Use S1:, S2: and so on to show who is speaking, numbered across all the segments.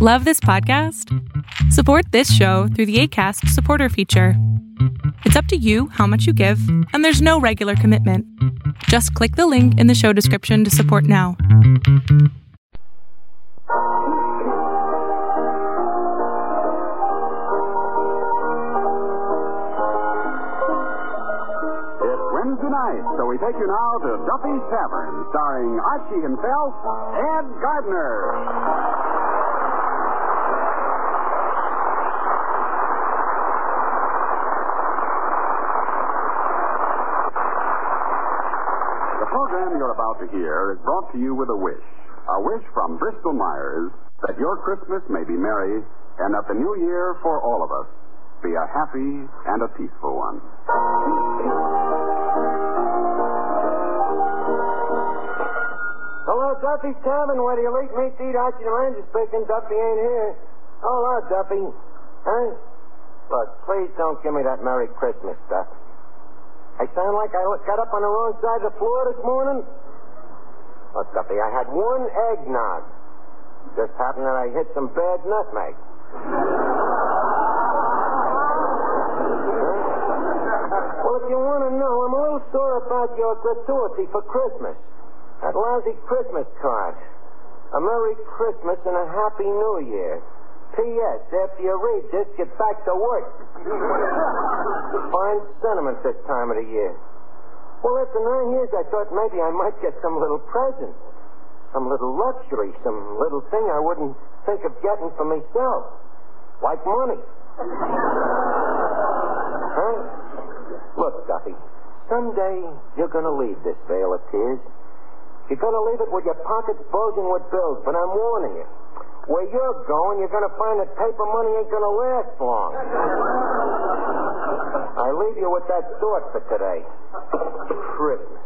S1: Love this podcast? Support this show through the ACAST supporter feature. It's up to you how much you give, and there's no regular commitment. Just click the link in the show description to support now.
S2: It's Wednesday night, so we take you now to Duffy's Tavern, starring Archie himself, Ed Gardner. The program you're about to hear is brought to you with a wish. A wish from Bristol Myers that your Christmas may be merry and that the new year for all of us be a happy and a peaceful one.
S3: Hello, Duffy's Tavern. Where do you like me to eat Archie Lanza speaking? Duffy ain't here. Oh, Hello, Duffy. Huh? Look, please don't give me that Merry Christmas stuff. I sound like I got up on the wrong side of the floor this morning. Look, Duffy, I had one eggnog. Just happened that I hit some bad nutmeg. Well, if you want to know, I'm a little sore about your gratuity for Christmas. That lousy Christmas card. A Merry Christmas and a Happy New Year. P.S. After you read this, get back to work. Fine sentiment this time of the year. Well, after nine years, I thought maybe I might get some little present. Some little luxury, some little thing I wouldn't think of getting for myself. Like money. Huh? Look, Duffy, someday you're going to leave this vale of tears. You're going to leave it with your pockets bulging with bills, but I'm warning you. Where you're going, you're going to find that paper money ain't going to last long. I leave you with that thought for today. Christmas.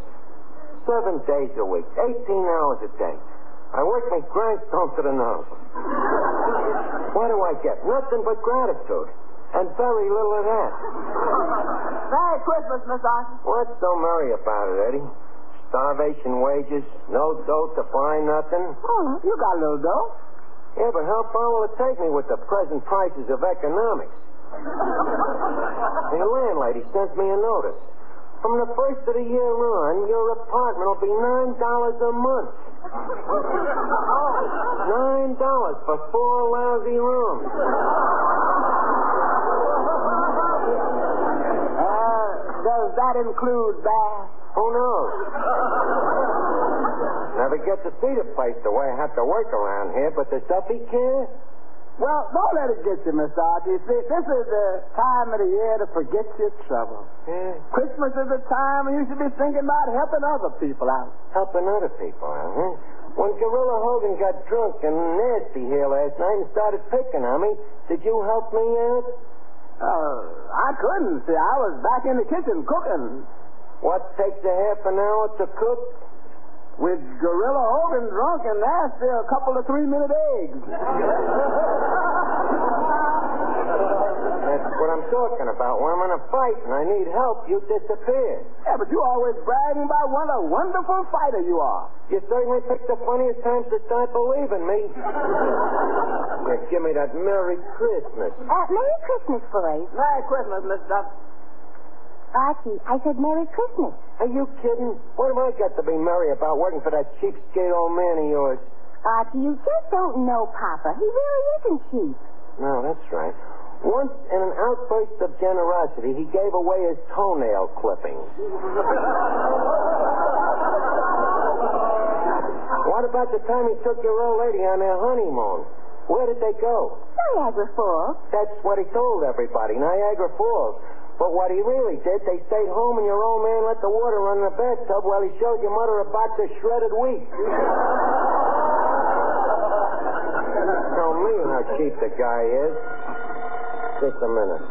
S3: Seven days a week, 18 hours a day. I work my grindstone to the nose. What do I get? Nothing but gratitude. And very little of that.
S4: Merry Christmas, Miss Archie.
S3: What's so merry about it, Eddie? Starvation wages, no dough to buy nothing.
S4: Oh, you got a little dough.
S3: Yeah, but how far will it take me with the present prices of economics? the landlady sent me a notice. From the first of the year on, your apartment will be nine dollars a month. Nine dollars for four lousy rooms.
S4: Uh, does that include bath?
S3: Who knows? Never get to see the place the way I have to work around here, but does Duffy care?
S4: Well, don't let it get you, Miss Archie. See, this is the time of the year to forget your trouble.
S3: Yeah.
S4: Christmas is a time when you should be thinking about helping other people out.
S3: helping other people out, huh? When Gorilla Hogan got drunk and nasty here last night and started picking on me, did you help me out?
S4: Uh, I couldn't. See, I was back in the kitchen cooking
S3: What takes a half an hour to cook?
S4: with Gorilla Hogan drunk and nasty a couple of three-minute eggs.
S3: That's what I'm talking about. When I'm in a fight and I need help, you disappear.
S4: Yeah, but you always bragging about what a wonderful fighter you are.
S3: You certainly picked the funniest times to start believing me. Now, give me that Merry Christmas.
S5: Uh, Merry Christmas, boys.
S4: Merry Christmas, Miss Duff.
S5: Archie, I said Merry Christmas.
S3: Are you kidding? What have I got to be merry about working for that cheapskate old man of yours?
S5: Archie, you just don't know Papa. He really isn't cheap.
S3: No, that's right. Once, in an outburst of generosity, he gave away his toenail clippings. what about the time he took your old lady on their honeymoon? Where did they go?
S5: Niagara Falls.
S3: That's what he told everybody, Niagara Falls. But what he really did, they stayed home and your old man let the water run in the bathtub while he showed your mother a box of shredded wheat. Tell me how cheap the guy is. Just a minute.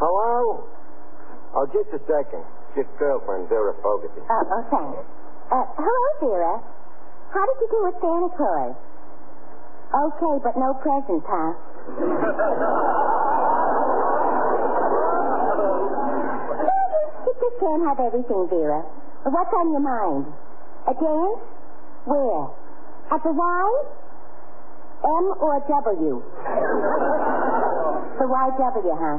S3: Hello? Oh, just a second. It's your girlfriend, Vera Fogarty.
S5: Uh, oh, thanks. Uh, hello, Vera. How did you do with Santa Claus? Okay, but no presents, huh? you just can't have everything, Vera. What's on your mind? A dance? Where? At the Y?
S6: M or W? the YW, huh?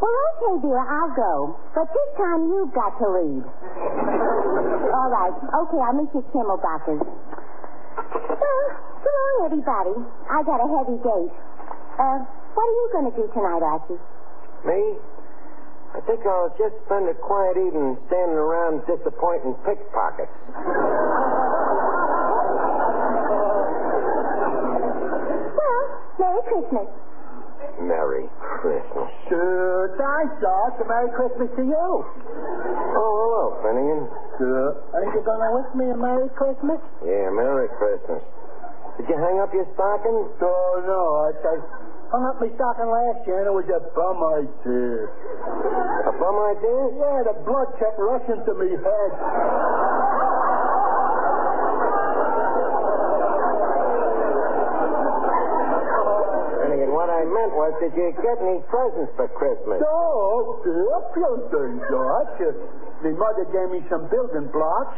S6: Well, okay, dear, I'll go. But this time you've got to lead. All right. Okay, I'll meet you at Kimmelbacher's. Well, good morning, everybody. I got a heavy date. Uh, what are you going to do tonight, Archie?
S3: Me? I think I'll just spend a quiet evening standing around disappointing pickpockets.
S6: Well, Merry Christmas.
S3: Merry Christmas.
S7: Good night, George. and Merry Christmas to you.
S3: Oh, hello, Finnegan.
S7: Sure. Ain't you gonna wish me a Merry Christmas?
S3: Yeah, Merry Christmas. Did you hang up your stocking?
S7: Oh, no. I, I hung up my stocking last year and it was a bum idea.
S3: A bum idea?
S7: Yeah, the blood kept rushing to me head.
S3: Finnegan, what I meant was, did you get any presents for Christmas?
S7: So, a few things, George. Uh, My mother gave me some building blocks,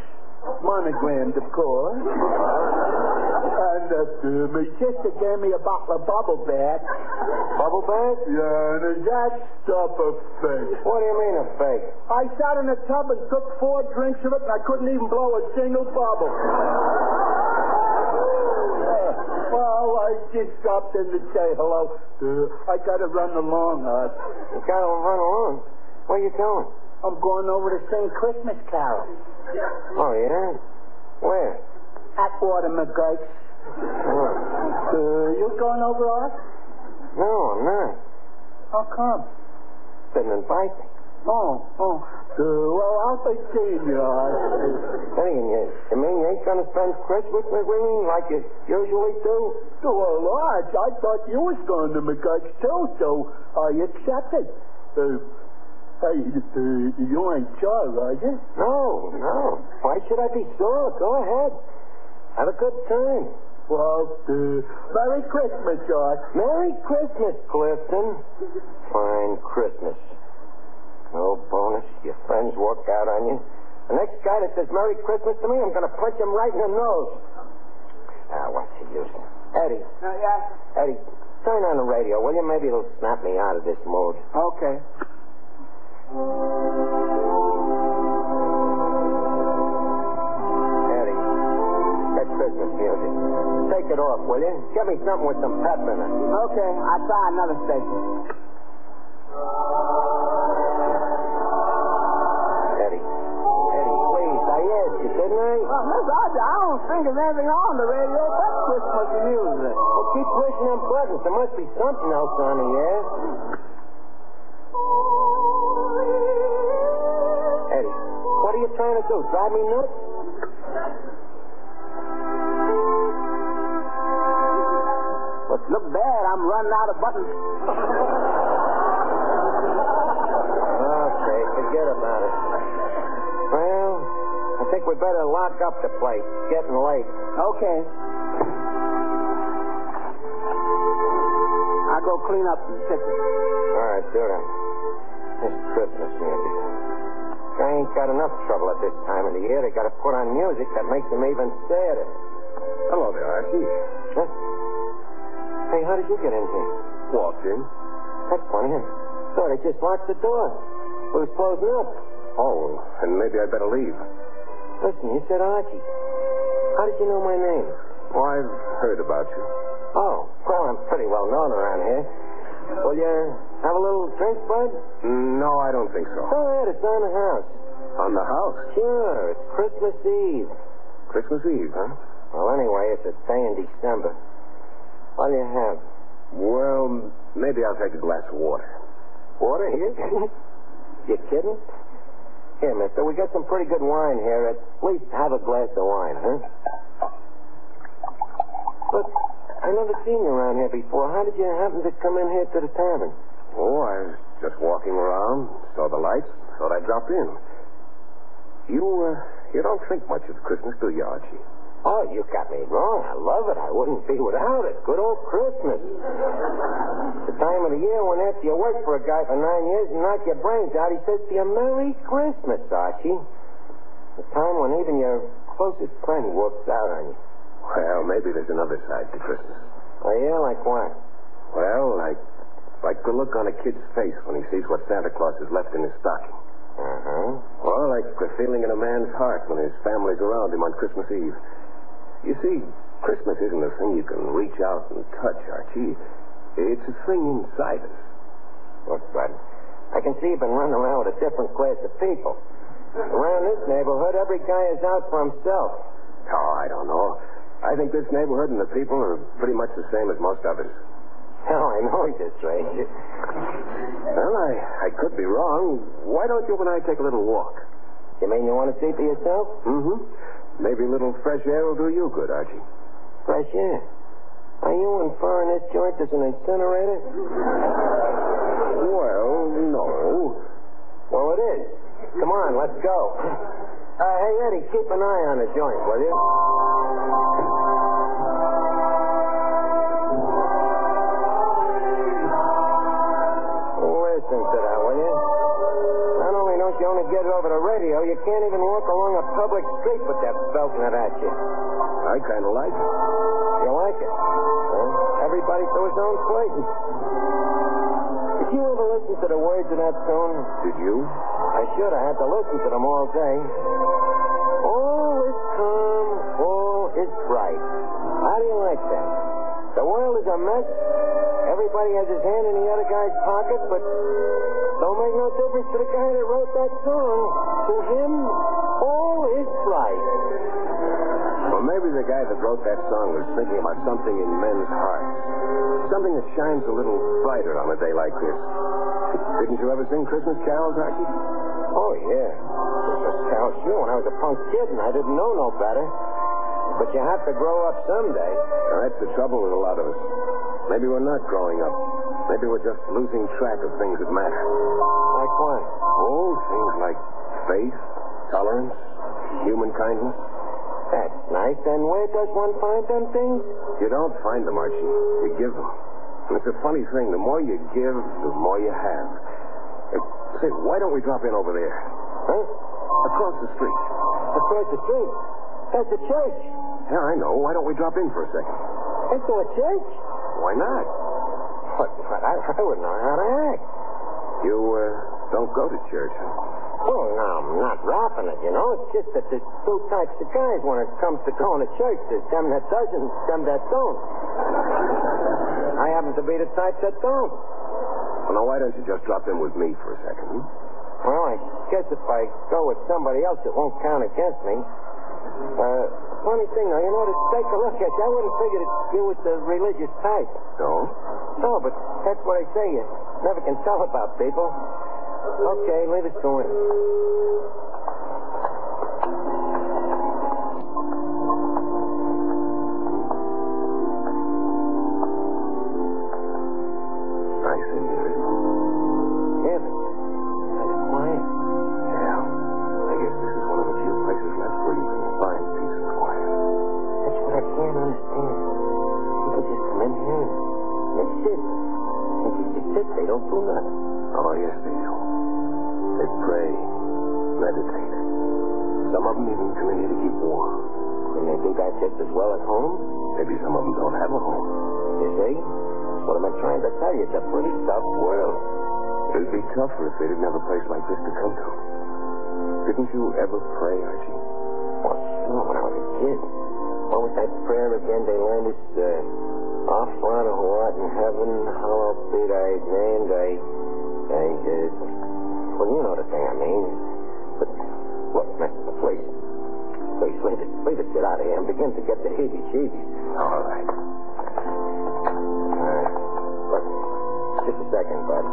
S7: monogrammed, of course. And uh, uh, my sister gave me a bottle of bubble bath.
S3: Bubble bath?
S7: Yeah, and that stuff of fake.
S3: What do you mean a fake?
S7: I sat in a tub and took four drinks of it, and I couldn't even blow a single bubble. Uh, well, I just stopped in to say hello. Uh, I gotta run along, uh, Art.
S3: You gotta run along. Where you going?
S7: I'm going over to sing Christmas carols
S3: Oh, yeah? Where?
S7: at Water McGurk's.
S3: Oh.
S7: Uh, you going over, Art?
S3: No, I'm not.
S7: How come?
S3: Didn't invite me.
S7: Oh, oh. Uh, well, I'll be seeing you, Art.
S3: Finnegan, you, you mean you ain't gonna spend Christmas with me like you usually do?
S7: Well, Arch, I thought you was going to McGuck's too, so I accepted. Uh, hey, uh, you ain't sure, are you?
S3: No, no. Why should I be sore? Go ahead. Have a good time.
S7: Well, uh, Merry Christmas, Arch.
S3: Merry Christmas, Clifton. Fine Christmas. No bonus. Your friends walk out on you. The next guy that says Merry Christmas to me, I'm going to punch him right in the nose. Ah, what's the use? Eddie,
S7: Uh, yeah.
S3: Eddie, turn on the radio, will you? Maybe it'll snap me out of this mood.
S7: Okay.
S3: Eddie, that Christmas music. Take it off, will you? Get me something with some pep in it.
S7: Okay, I'll try another station.
S3: Eddie, Eddie, please, I asked you, didn't I?
S7: Well, Miss Arch, I don't think there's anything on the radio but Christmas music.
S3: Well, keep pushing them buttons. There must be something else on the air. Eddie, what are you trying to do? Drive me nuts?
S7: But look bad, I'm running out of buttons.
S3: Okay, forget about it. Well, I think we better lock up the place. It's getting late.
S7: Okay. I'll go clean up the kitchen.
S3: All right, do that. This Christmas music. I ain't got enough trouble at this time of the year. They got to put on music that makes them even sadder.
S8: Hello there, Archie.
S3: Huh? Hey, how did you get in here?
S8: Walked in.
S3: That's funny. I thought they just locked the door. It was closing up.
S8: Oh, and maybe I'd better leave.
S3: Listen, you said Archie. How did you know my name?
S8: Oh, I've heard about you.
S3: Oh, well, I'm pretty well known around here. Will you have a little drink, bud?
S8: No, I don't think so.
S3: Go ahead, it's on the house.
S8: On the house?
S3: Sure, it's Christmas Eve.
S8: Christmas Eve, huh?
S3: Well, anyway, it's a day in December. All you have.
S8: Well, maybe I'll take a glass of water.
S3: Water here? you kidding? Here, mister, we got some pretty good wine here. At least have a glass of wine, huh? Look, I never seen you around here before. How did you happen to come in here to the tavern?
S8: Oh, I was just walking around, saw the lights, thought I'd drop in. You, uh, you don't think much of Christmas, do you, Archie?
S3: Oh, you got me wrong. I love it. I wouldn't be without it. Good old Christmas. the time of the year when after you work for a guy for nine years and knock your brains out, he says to you, Merry Christmas, Archie. The time when even your closest friend walks out on you.
S8: Well, maybe there's another side to Christmas.
S3: Oh, yeah, like what?
S2: Well, like, like the look on a kid's face when he sees what Santa Claus has left in his stocking.
S3: Uh-huh.
S2: Or like the feeling in a man's heart when his family's around him on Christmas Eve. You see, Christmas isn't a thing you can reach out and touch, Archie. It's a thing inside us.
S3: Look, bud, I can see you've been running around with a different class of people. Around this neighborhood, every guy is out for himself.
S2: Oh, I don't know. I think this neighborhood and the people are pretty much the same as most others.
S3: Hell, I know he's a
S2: Oh.
S3: stranger.
S2: Well, I, I could be wrong. Why don't you and I take a little walk?
S3: You mean you want to see for yourself?
S2: Mm-hmm. Maybe a little fresh air will do you good, Archie.
S3: Fresh air? Are you inferring this joint is an incinerator?
S2: Well, no.
S3: Well, it is. Come on, let's go. Uh, hey, Eddie, keep an eye on the joint, will you? Listen to that, will you? Not only don't you only get it over the radio, you can't even walk along a public street with that belting it at you.
S2: I kind of like it.
S3: You like it? Well, everybody to his own place. Did you ever listen to the words in that song?
S2: Did you?
S3: I should. I had to listen to them all day. All is calm, all is bright. How do you like that? The world is a mess. Everybody has his hand in the other guy's pocket, but don't make no difference to the guy that wrote that song. To him, all is bright.
S2: Well, maybe the guy that wrote that song was thinking about something in men's hearts. Something that shines a little brighter on a day like this. Didn't you ever sing Christmas carols, Archie?
S3: Oh, yeah. Now, sure, when I was a punk kid and I didn't know no better. But you have to grow up someday.
S2: Now, that's the trouble with a lot of us. Maybe we're not growing up. Maybe we're just losing track of things that matter.
S3: Like what?
S2: Oh, things like faith, tolerance, human kindness.
S3: That's nice. And where does one find them things?
S2: You don't find them, Archie. You give them. And it's a funny thing. The more you give, the more you have. Uh, say, why don't we drop in over there?
S3: Huh?
S2: Across the street.
S3: Across the street? That's a church.
S2: Yeah, I know. Why don't we drop in for a second?
S3: Into a church?
S2: Why not?
S3: What? what I, I wouldn't know how to act.
S2: You uh, don't go to church, huh?
S3: Oh, no, I'm not rapping it, you know. It's just that there's two types of guys when it comes to going to church. There's them that does and them that don't. I happen to be the type that don't.
S2: Well, now, why don't you just drop in with me for a second? Hmm?
S3: Well, I guess if I go with somebody else, it won't count against me. Uh, funny thing, though, you know, to take a look at you, I wouldn't figure that you was the religious type.
S2: No?
S3: No, but that's what I say. You never can tell about people. Okay, let us go in.
S2: Nice in here.
S3: Yeah, but kind of quiet.
S2: Yeah. I guess this is one of the few places left where you can find peace and quiet.
S3: That's what I can't understand. People just come in here and they sit. And if they sit, they don't do nothing.
S2: Oh, yes, they do. They pray, meditate. Some of them even come in here to keep warm.
S3: And they do that just as well at home?
S2: Maybe some of them don't have a home.
S3: You see? What am I trying to tell you? It's a pretty tough world.
S2: It'd be tougher if they didn't have a place like this to come to. Didn't you ever pray, Archie?
S3: Well, sure, when I was a kid. What was that prayer again they learned us? Uh, Our Father who art in heaven, hallowed be thy name, thy... I did. Well, you know the thing I mean. But look, Mister, please, please leave it, leave it, get out of here. I'm beginning to get the heebie-jeebies.
S2: All right.
S3: All right. Look, just a second, bud.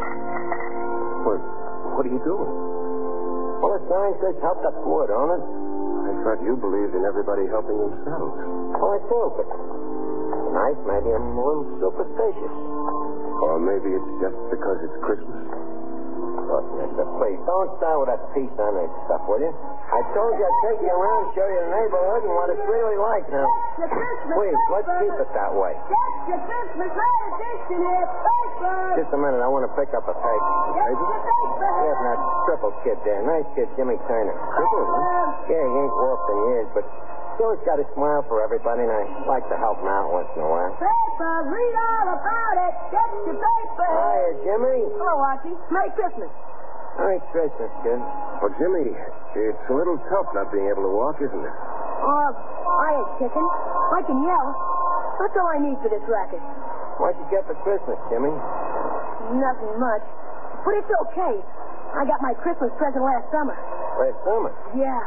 S2: What? What are you doing?
S3: Well, the sign says help the poor, don't it?
S2: I thought you believed in everybody helping themselves.
S3: Well, Oh, I do, but tonight maybe I'm a little superstitious.
S2: Or maybe it's just because it's Christmas.
S3: Look, mister, please, don't start with that peace on this stuff, will you? I told you I'd take you around, show you the neighborhood and what it's really like now.
S5: Your Christmas
S3: Please, let's keep it that way.
S5: Yes, your Christmas letter edition here. Paper.
S3: Just a minute, I want to pick up a paper.
S5: Yes, the paper.
S3: We have that crippled kid there. Nice kid, Jimmy Turner.
S2: Crippled, huh?
S3: Yeah, he ain't walked in years, but Joe's got a smile for everybody, and I like to help him out once in a while.
S5: Papers, read all about it. Get your papers.
S3: Hiya, Jimmy.
S5: Hello, Archie. Merry Christmas.
S3: Merry Christmas, kid.
S2: Well, Jimmy, it's a little tough not being able to walk, isn't it?
S5: Oh, I ain't chicken. I can yell. That's all I need for this racket.
S3: What'd you get for Christmas, Jimmy?
S5: Nothing much. But it's okay. I got my Christmas present last summer.
S3: Last summer?
S5: Yeah.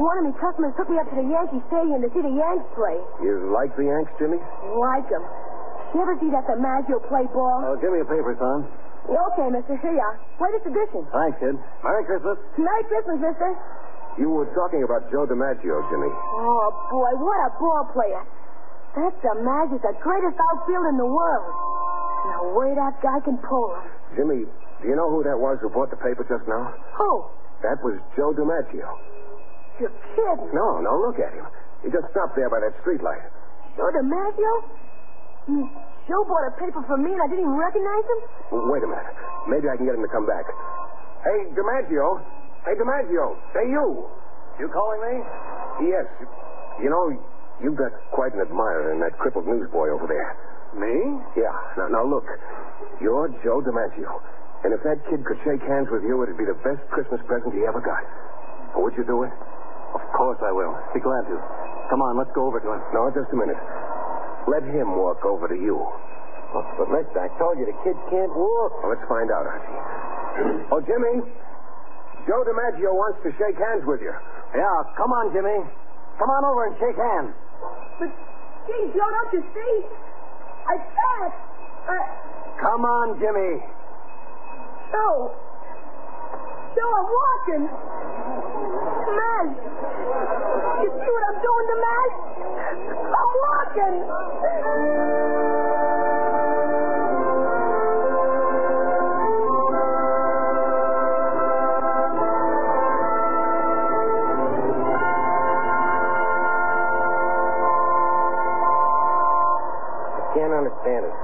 S5: One of my customers took me up to the Yankee Stadium to see the Yanks play.
S2: You like the Yanks, Jimmy?
S5: Like 'em. You ever see that DiMaggio play ball?
S2: Oh, give me a paper, son.
S5: Yeah, okay, mister. Here you are. Latest edition.
S2: Hi, kid. Merry Christmas.
S5: Merry Christmas, mister.
S2: You were talking about Joe DiMaggio, Jimmy.
S5: Oh, boy, what a ball player. That DiMaggio's the greatest outfield in the world. And the way that guy can pull him.
S2: Jimmy, do you know who that was who bought the paper just now?
S5: Who?
S2: That was Joe DiMaggio.
S5: You're kidding.
S2: No, no, look at him. He just stopped there by that streetlight.
S5: Joe DiMaggio?
S6: Mm.
S5: Hmm, Joe bought a paper for me and I didn't even recognize him?
S2: Wait a minute. Maybe I can get him to come back. Hey, DiMaggio. Hey, DiMaggio. Say you.
S9: You calling me?
S2: Yes. You know, you've got quite an admirer in that crippled newsboy over there.
S9: Me?
S2: Yeah. Now, now look. You're Joe DiMaggio. And if that kid could shake hands with you, it'd be the best Christmas present he ever got. Would you do it?
S9: Of course I will. Be glad to. Come on, let's go over to him.
S2: No, just a minute. Let him walk over to you.
S3: But, but mister, I told you the kid can't walk.
S2: Well, let's find out, Archie. oh, Jimmy. Joe DiMaggio wants to shake hands with you.
S9: Yeah, come on, Jimmy. Come on over and shake hands.
S5: But, gee, Joe, don't you see? I can't. I...
S9: Come on, Jimmy.
S5: Joe. Joe, I'm walking. Maz. You see what I'm doing to Maz? I'm walking.
S3: I can't understand it.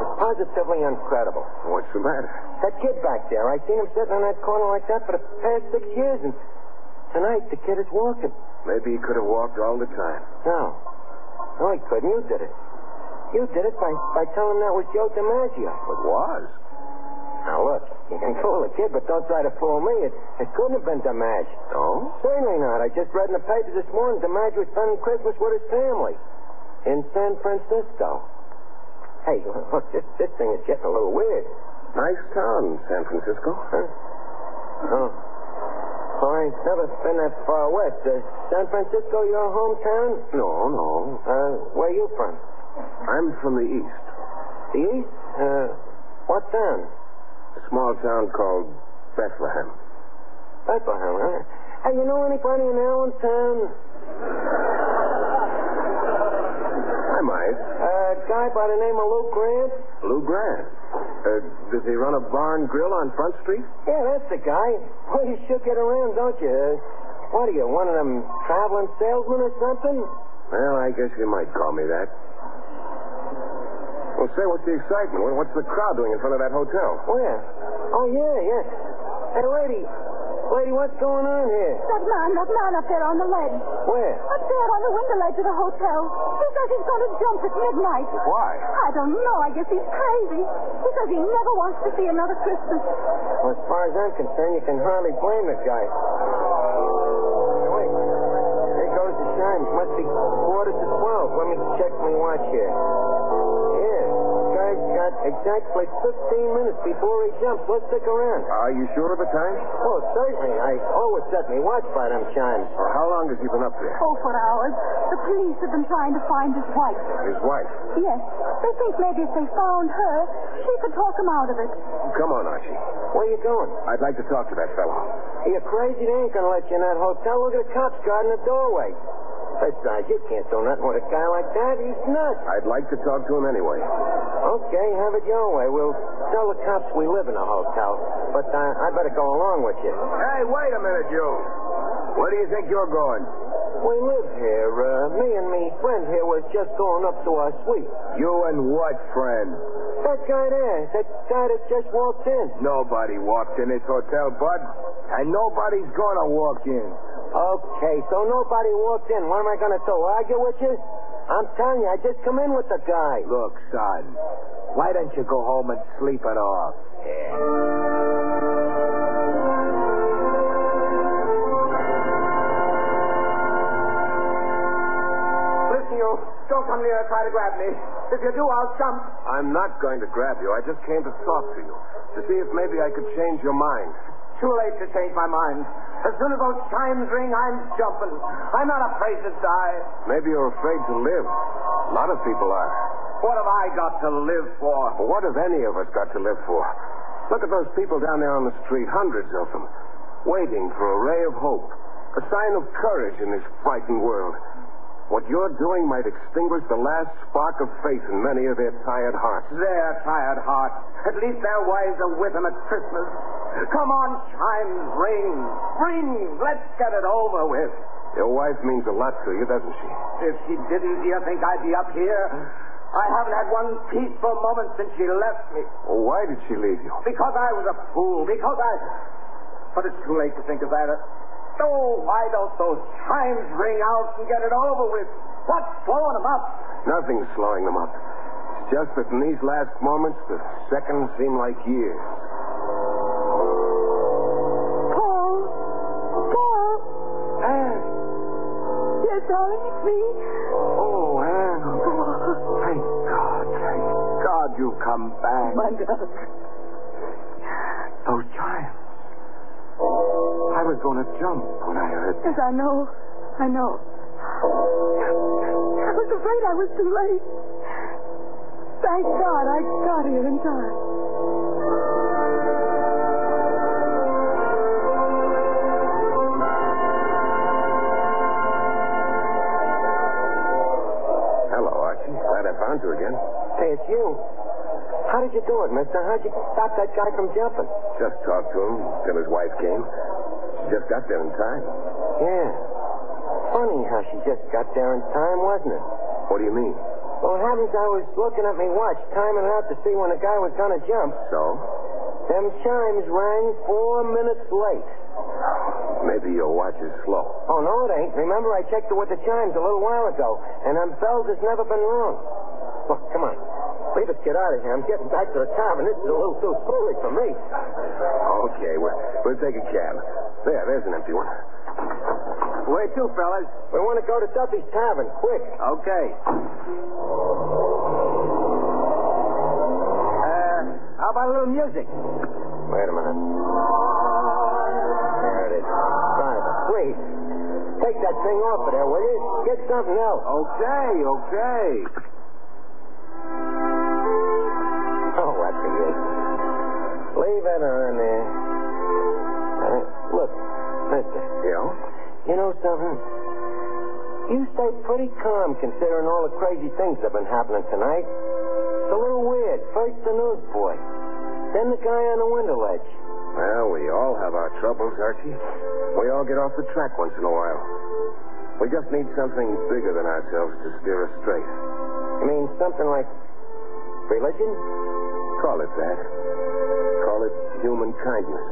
S3: It's positively incredible.
S2: What's the matter?
S3: That kid back there, I seen him sitting in that corner like that for the past six years, and tonight the kid is walking.
S2: Maybe he could have walked all the time.
S3: No. No, he couldn't. You did it. You did it by, by telling him that was Joe DiMaggio.
S2: But was.
S3: Now, look, you can fool the kid, but don't try to fool me. It, it couldn't have been DiMaggio.
S2: No?
S3: Certainly not. I just read in the paper this morning DiMaggio was spending Christmas with his family in San Francisco. Hey, look, this, this thing is getting a little weird.
S2: Nice town, San Francisco.
S3: Huh? Oh. Well, I ain't never been that far west. Uh, San Francisco, your hometown?
S2: No, no.
S3: Uh, where you from?
S2: I'm from the east.
S3: The east? Uh, what town?
S2: A small town called Bethlehem.
S3: Bethlehem, huh? Hey, you know anybody in Allentown?
S2: I might.
S3: A guy by the name of Lou Grant?
S2: Lou Grant. Uh, does he run a barn grill on Front Street?
S3: Yeah, that's the guy. Well, you should get around, don't you? Uh, what are you, one of them traveling salesmen or something?
S2: Well, I guess you might call me that. Well, say, what's the excitement? What- What's the crowd doing in front of that hotel?
S3: Where? Oh, yeah, yeah. Hey, lady. Lady, what's going on here?
S6: That man, that man up there on the ledge.
S3: Where?
S6: Up there on the window ledge of the hotel. He says he's going to jump at midnight.
S2: Why?
S6: I don't know. I guess he's crazy. He says he never wants to see another Christmas.
S3: Well, as far as I'm concerned, you can hardly blame the guy. Wait. There goes the time. It must be quarter to twelve. Let me check my watch here. Yeah. The guy's got exactly 15 minutes before he jumps. Let's stick around.
S2: Are you sure of the time?
S3: Oh, certainly. I always set me watch by them chimes.
S2: Or how long has he been up there?
S6: Oh, for hours. The police have been trying to find his wife.
S2: His wife.
S6: Yes. They think maybe if they found her, she could talk him out of it.
S2: Come on, Archie.
S3: Where you going?
S2: I'd like to talk to that fellow.
S3: Are you crazy? They ain't gonna let you in that hotel. Look at the cops guarding the doorway. Besides, you can't do nothing with a guy like that. He's nuts.
S2: I'd like to talk to him anyway.
S3: Okay, have it your way. We'll tell the cops we live in a hotel. But uh, I better go along with you.
S2: Hey, wait a minute, you. Where do you think you're going?
S3: We live here. Uh, me and me friend here was just going up to our suite.
S2: You and what friend?
S3: That guy there, that guy that just walked in.
S2: Nobody walked in this hotel, Bud. And nobody's gonna walk in.
S3: Okay, so nobody walked in. What am I going to do? Argue with you? I'm telling you, I just come in with the guy.
S10: Look, son, why don't you go home and sleep it off?
S11: Listen, you. Don't come near and try to grab me. If you do, I'll jump.
S2: I'm not going to grab you. I just came to talk to you to see if maybe I could change your mind.
S11: Too late to change my mind. As soon as those chimes ring, I'm jumping. I'm not afraid to die.
S2: Maybe you're afraid to live. A lot of people are.
S11: What have I got to live for?
S2: Well, what have any of us got to live for? Look at those people down there on the street, hundreds of them, waiting for a ray of hope, a sign of courage in this frightened world. What you're doing might extinguish the last spark of faith in many of their tired hearts.
S11: Their tired hearts. At least their wives are with them at Christmas. Come on, chimes, ring. Ring. Let's get it over with.
S2: Your wife means a lot to you, doesn't she?
S11: If she didn't, do you think I'd be up here? I haven't had one peaceful moment since she left me.
S2: Well, why did she leave you?
S11: Because I was a fool. Because I. But it's too late to think of that. Oh, why don't those chimes ring out and get it over with? What's slowing them up?
S2: Nothing's slowing them up. It's just that in these last moments, the seconds seem like years.
S5: Paul? Paul?
S3: Anne?
S11: Ah,
S5: Yes, darling, it's me.
S3: Oh, Anne.
S2: Thank God. Thank God you come back.
S5: My darling.
S2: Those chimes. I was going to jump when I heard.
S5: Yes, I know. I know. I was afraid I was too late. Thank God I got here in time.
S2: Hello, Archie. Glad I found you again.
S3: Hey, it's you. How did you do it, mister? How'd you stop that guy from jumping?
S2: Just talked to him till his wife came. She just got there in time.
S3: Yeah. Funny how she just got there in time, wasn't it?
S2: What do you mean?
S3: Well, it happens I was looking at my watch, timing it out to see when the guy was going to jump.
S2: So?
S3: Them chimes rang four minutes late.
S2: Maybe your watch is slow.
S3: Oh, no, it ain't. Remember, I checked it with the chimes a little while ago, and them bells has never been wrong. Look, come on. We just get out of here. I'm getting back to the town, and this is a little too spooky for me.
S2: Okay, well, we'll take a cab. There, there's an empty one.
S11: Where to, fellas?
S3: We want to go to Duffy's Tavern, quick.
S11: Okay. Uh, how about a little music?
S2: Wait a minute.
S3: There it is. Right, please. Take that thing off of there, will you? Get something else.
S2: Okay, okay.
S3: Oh, what the heck. Leave it on there. Uh, look, mister.
S2: Yeah?
S3: You know something? You stay pretty calm considering all the crazy things that have been happening tonight. It's a little weird. First the newsboy, then the guy on the window ledge.
S2: Well, we all have our troubles, Archie. We all get off the track once in a while. We just need something bigger than ourselves to steer us straight.
S3: You mean something like religion?
S2: Call it that. Call it human kindness,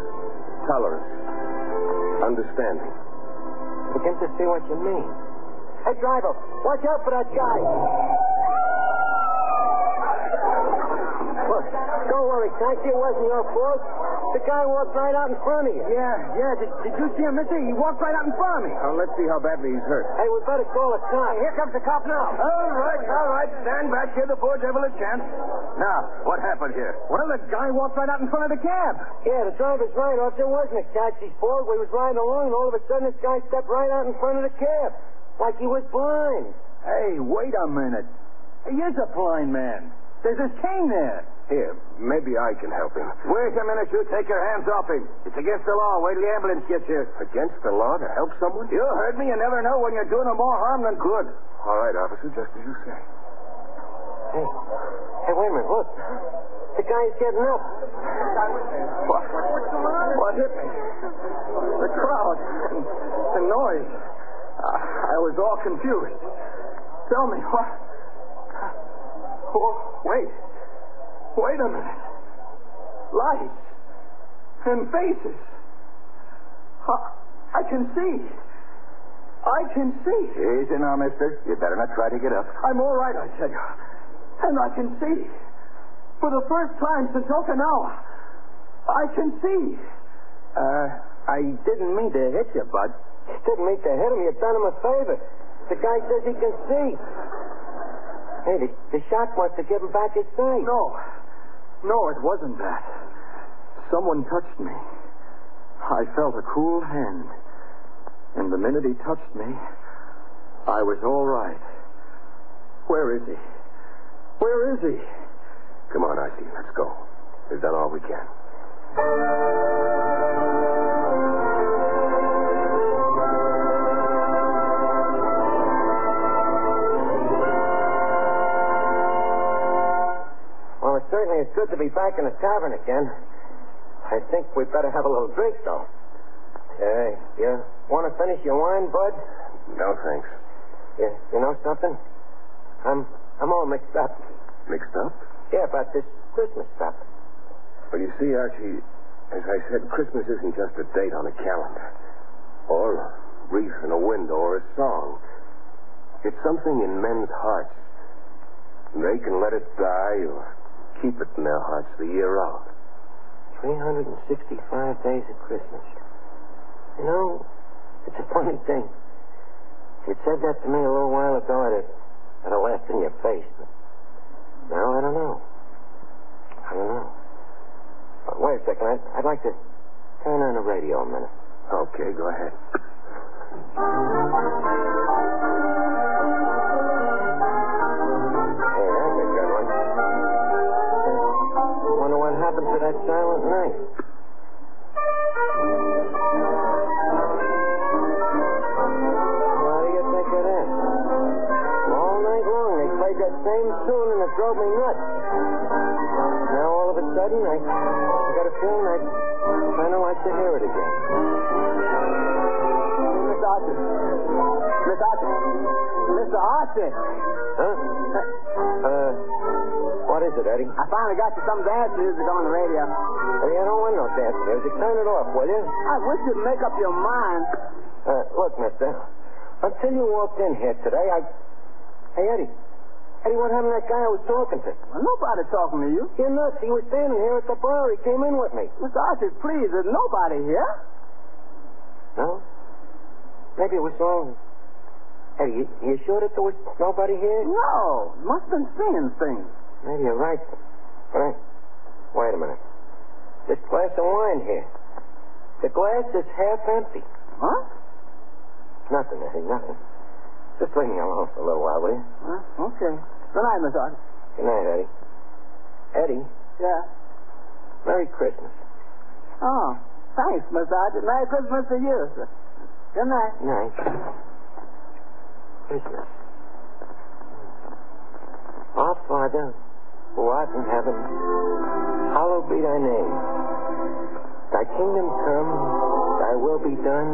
S2: tolerance, understanding.
S3: Begin to see what you mean. Hey, driver, watch out for that guy. Look, don't worry, taxi. It wasn't your fault. The guy walked right out in front of you.
S11: Yeah, yeah. Did, did you see him, mister? He walked right out in front of me.
S2: Now, let's see how badly he's hurt.
S3: Hey, we better call a cop.
S11: Here comes the cop now.
S9: All right, all right. Stand back. Give the poor devil a chance. Now, what happened here?
S11: Well, the guy walked right out in front of the cab.
S3: Yeah, the driver's right, officer. It wasn't a taxi's fault. We was riding along, and all of a sudden, this guy stepped right out in front of the cab. Like he was blind.
S10: Hey, wait a minute. He is a blind man. There's a cane there.
S2: Here, maybe I can help him.
S9: Wait a minute, you. Take your hands off him. It's against the law. Wait till the ambulance gets here.
S2: Against the law to help someone?
S9: You heard me. You never know when you're doing them more harm than good.
S2: All right, officer, just as you say.
S3: Hey, hey, wait a minute. Look. The guy's getting up.
S9: What? What hit me? The crowd. The noise. I was all confused. Tell me, what? Oh, wait. Wait a minute. Lights and faces. I, I can see.
S10: I can see.
S2: Easy now, mister. You'd better not try to get up.
S10: I'm all right, I tell you. And I can see. For the first time since Okinawa, I can see.
S3: Uh, I didn't mean to hit you, bud. You didn't mean to hit him. You've done him a favor. The guy says he can see. Hey, the, the shot must have given back his sight.
S10: No. No, it wasn't that. Someone touched me. I felt a cool hand. And the minute he touched me, I was all right. Where is he? Where is he?
S2: Come on, Archie. Let's go. We've done all we can.
S3: Well, it certainly is good to be back in the tavern again. I think we better have a little drink, though. Hey, you want to finish your wine, Bud?
S2: No, thanks.
S3: You, you know something? I'm I'm all mixed up.
S2: Mixed up?
S3: Yeah, about this Christmas stuff.
S2: Well, you see, Archie, as I said, Christmas isn't just a date on a calendar, or a wreath in a window, or a song. It's something in men's hearts. They can let it die or keep it in their hearts the year round.
S3: 365 days of Christmas. You know, it's a funny thing. You said that to me a little while ago, and it, and it laughed in your face. But now I don't know. I don't know. But wait a second. I'd, I'd like to turn on the radio a minute.
S2: Okay, go ahead.
S3: Hey, that's a good one. Wonder what happened to that silent night. How do you think of that? All night long, they played that same tune and it drove me nuts. Now, all of a sudden, I, I got a feeling I kind of like to hear it again.
S10: Miss Archer. Miss Archer. Mr. Archer.
S3: Huh? Uh, what is it, Eddie?
S10: I finally got you some dance music on the radio.
S3: Hey, I don't want no dance music. Turn it off, will you?
S10: I wish you'd make up your mind.
S3: Uh, look, mister. Until you walked in here today, I. Hey, Eddie. Eddie, what happened to that guy I was talking to?
S10: Well, nobody talking to you.
S3: You're nuts. He was standing here at the bar. He came in with me.
S10: Mr. Archer, please, there's nobody here.
S3: No? Maybe it was all. Eddie, you, you sure that there was nobody here?
S10: No. Must have been seeing things.
S3: Maybe you're right. But I. Wait a minute. This glass of wine here. The glass is half empty.
S10: Huh?
S3: Nothing, Eddie, nothing. Just leave me alone for a little while, will you?
S10: Huh? Okay. Good night, Miss Archer.
S3: Good night, Eddie. Eddie,
S10: Yeah.
S3: Merry Christmas.
S10: Oh, thanks, Miss Archer. Merry Christmas to you. sir. Good night.
S3: Night. Christmas. Our Father, who art in heaven, hallowed be thy name. Thy kingdom come, thy will be done,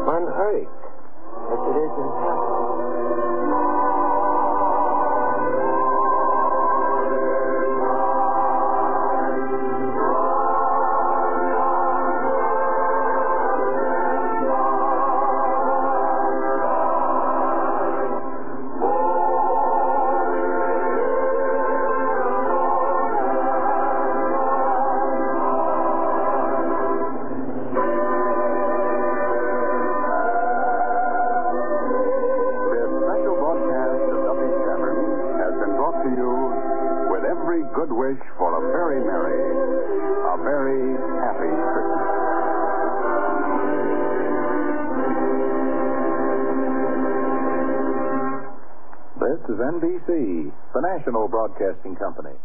S3: on earth as it is in heaven.
S8: This special broadcast of Duffy's Tavern has been brought to you with every good wish for a very merry, a very happy Christmas.
S12: This is NBC, the national broadcasting company.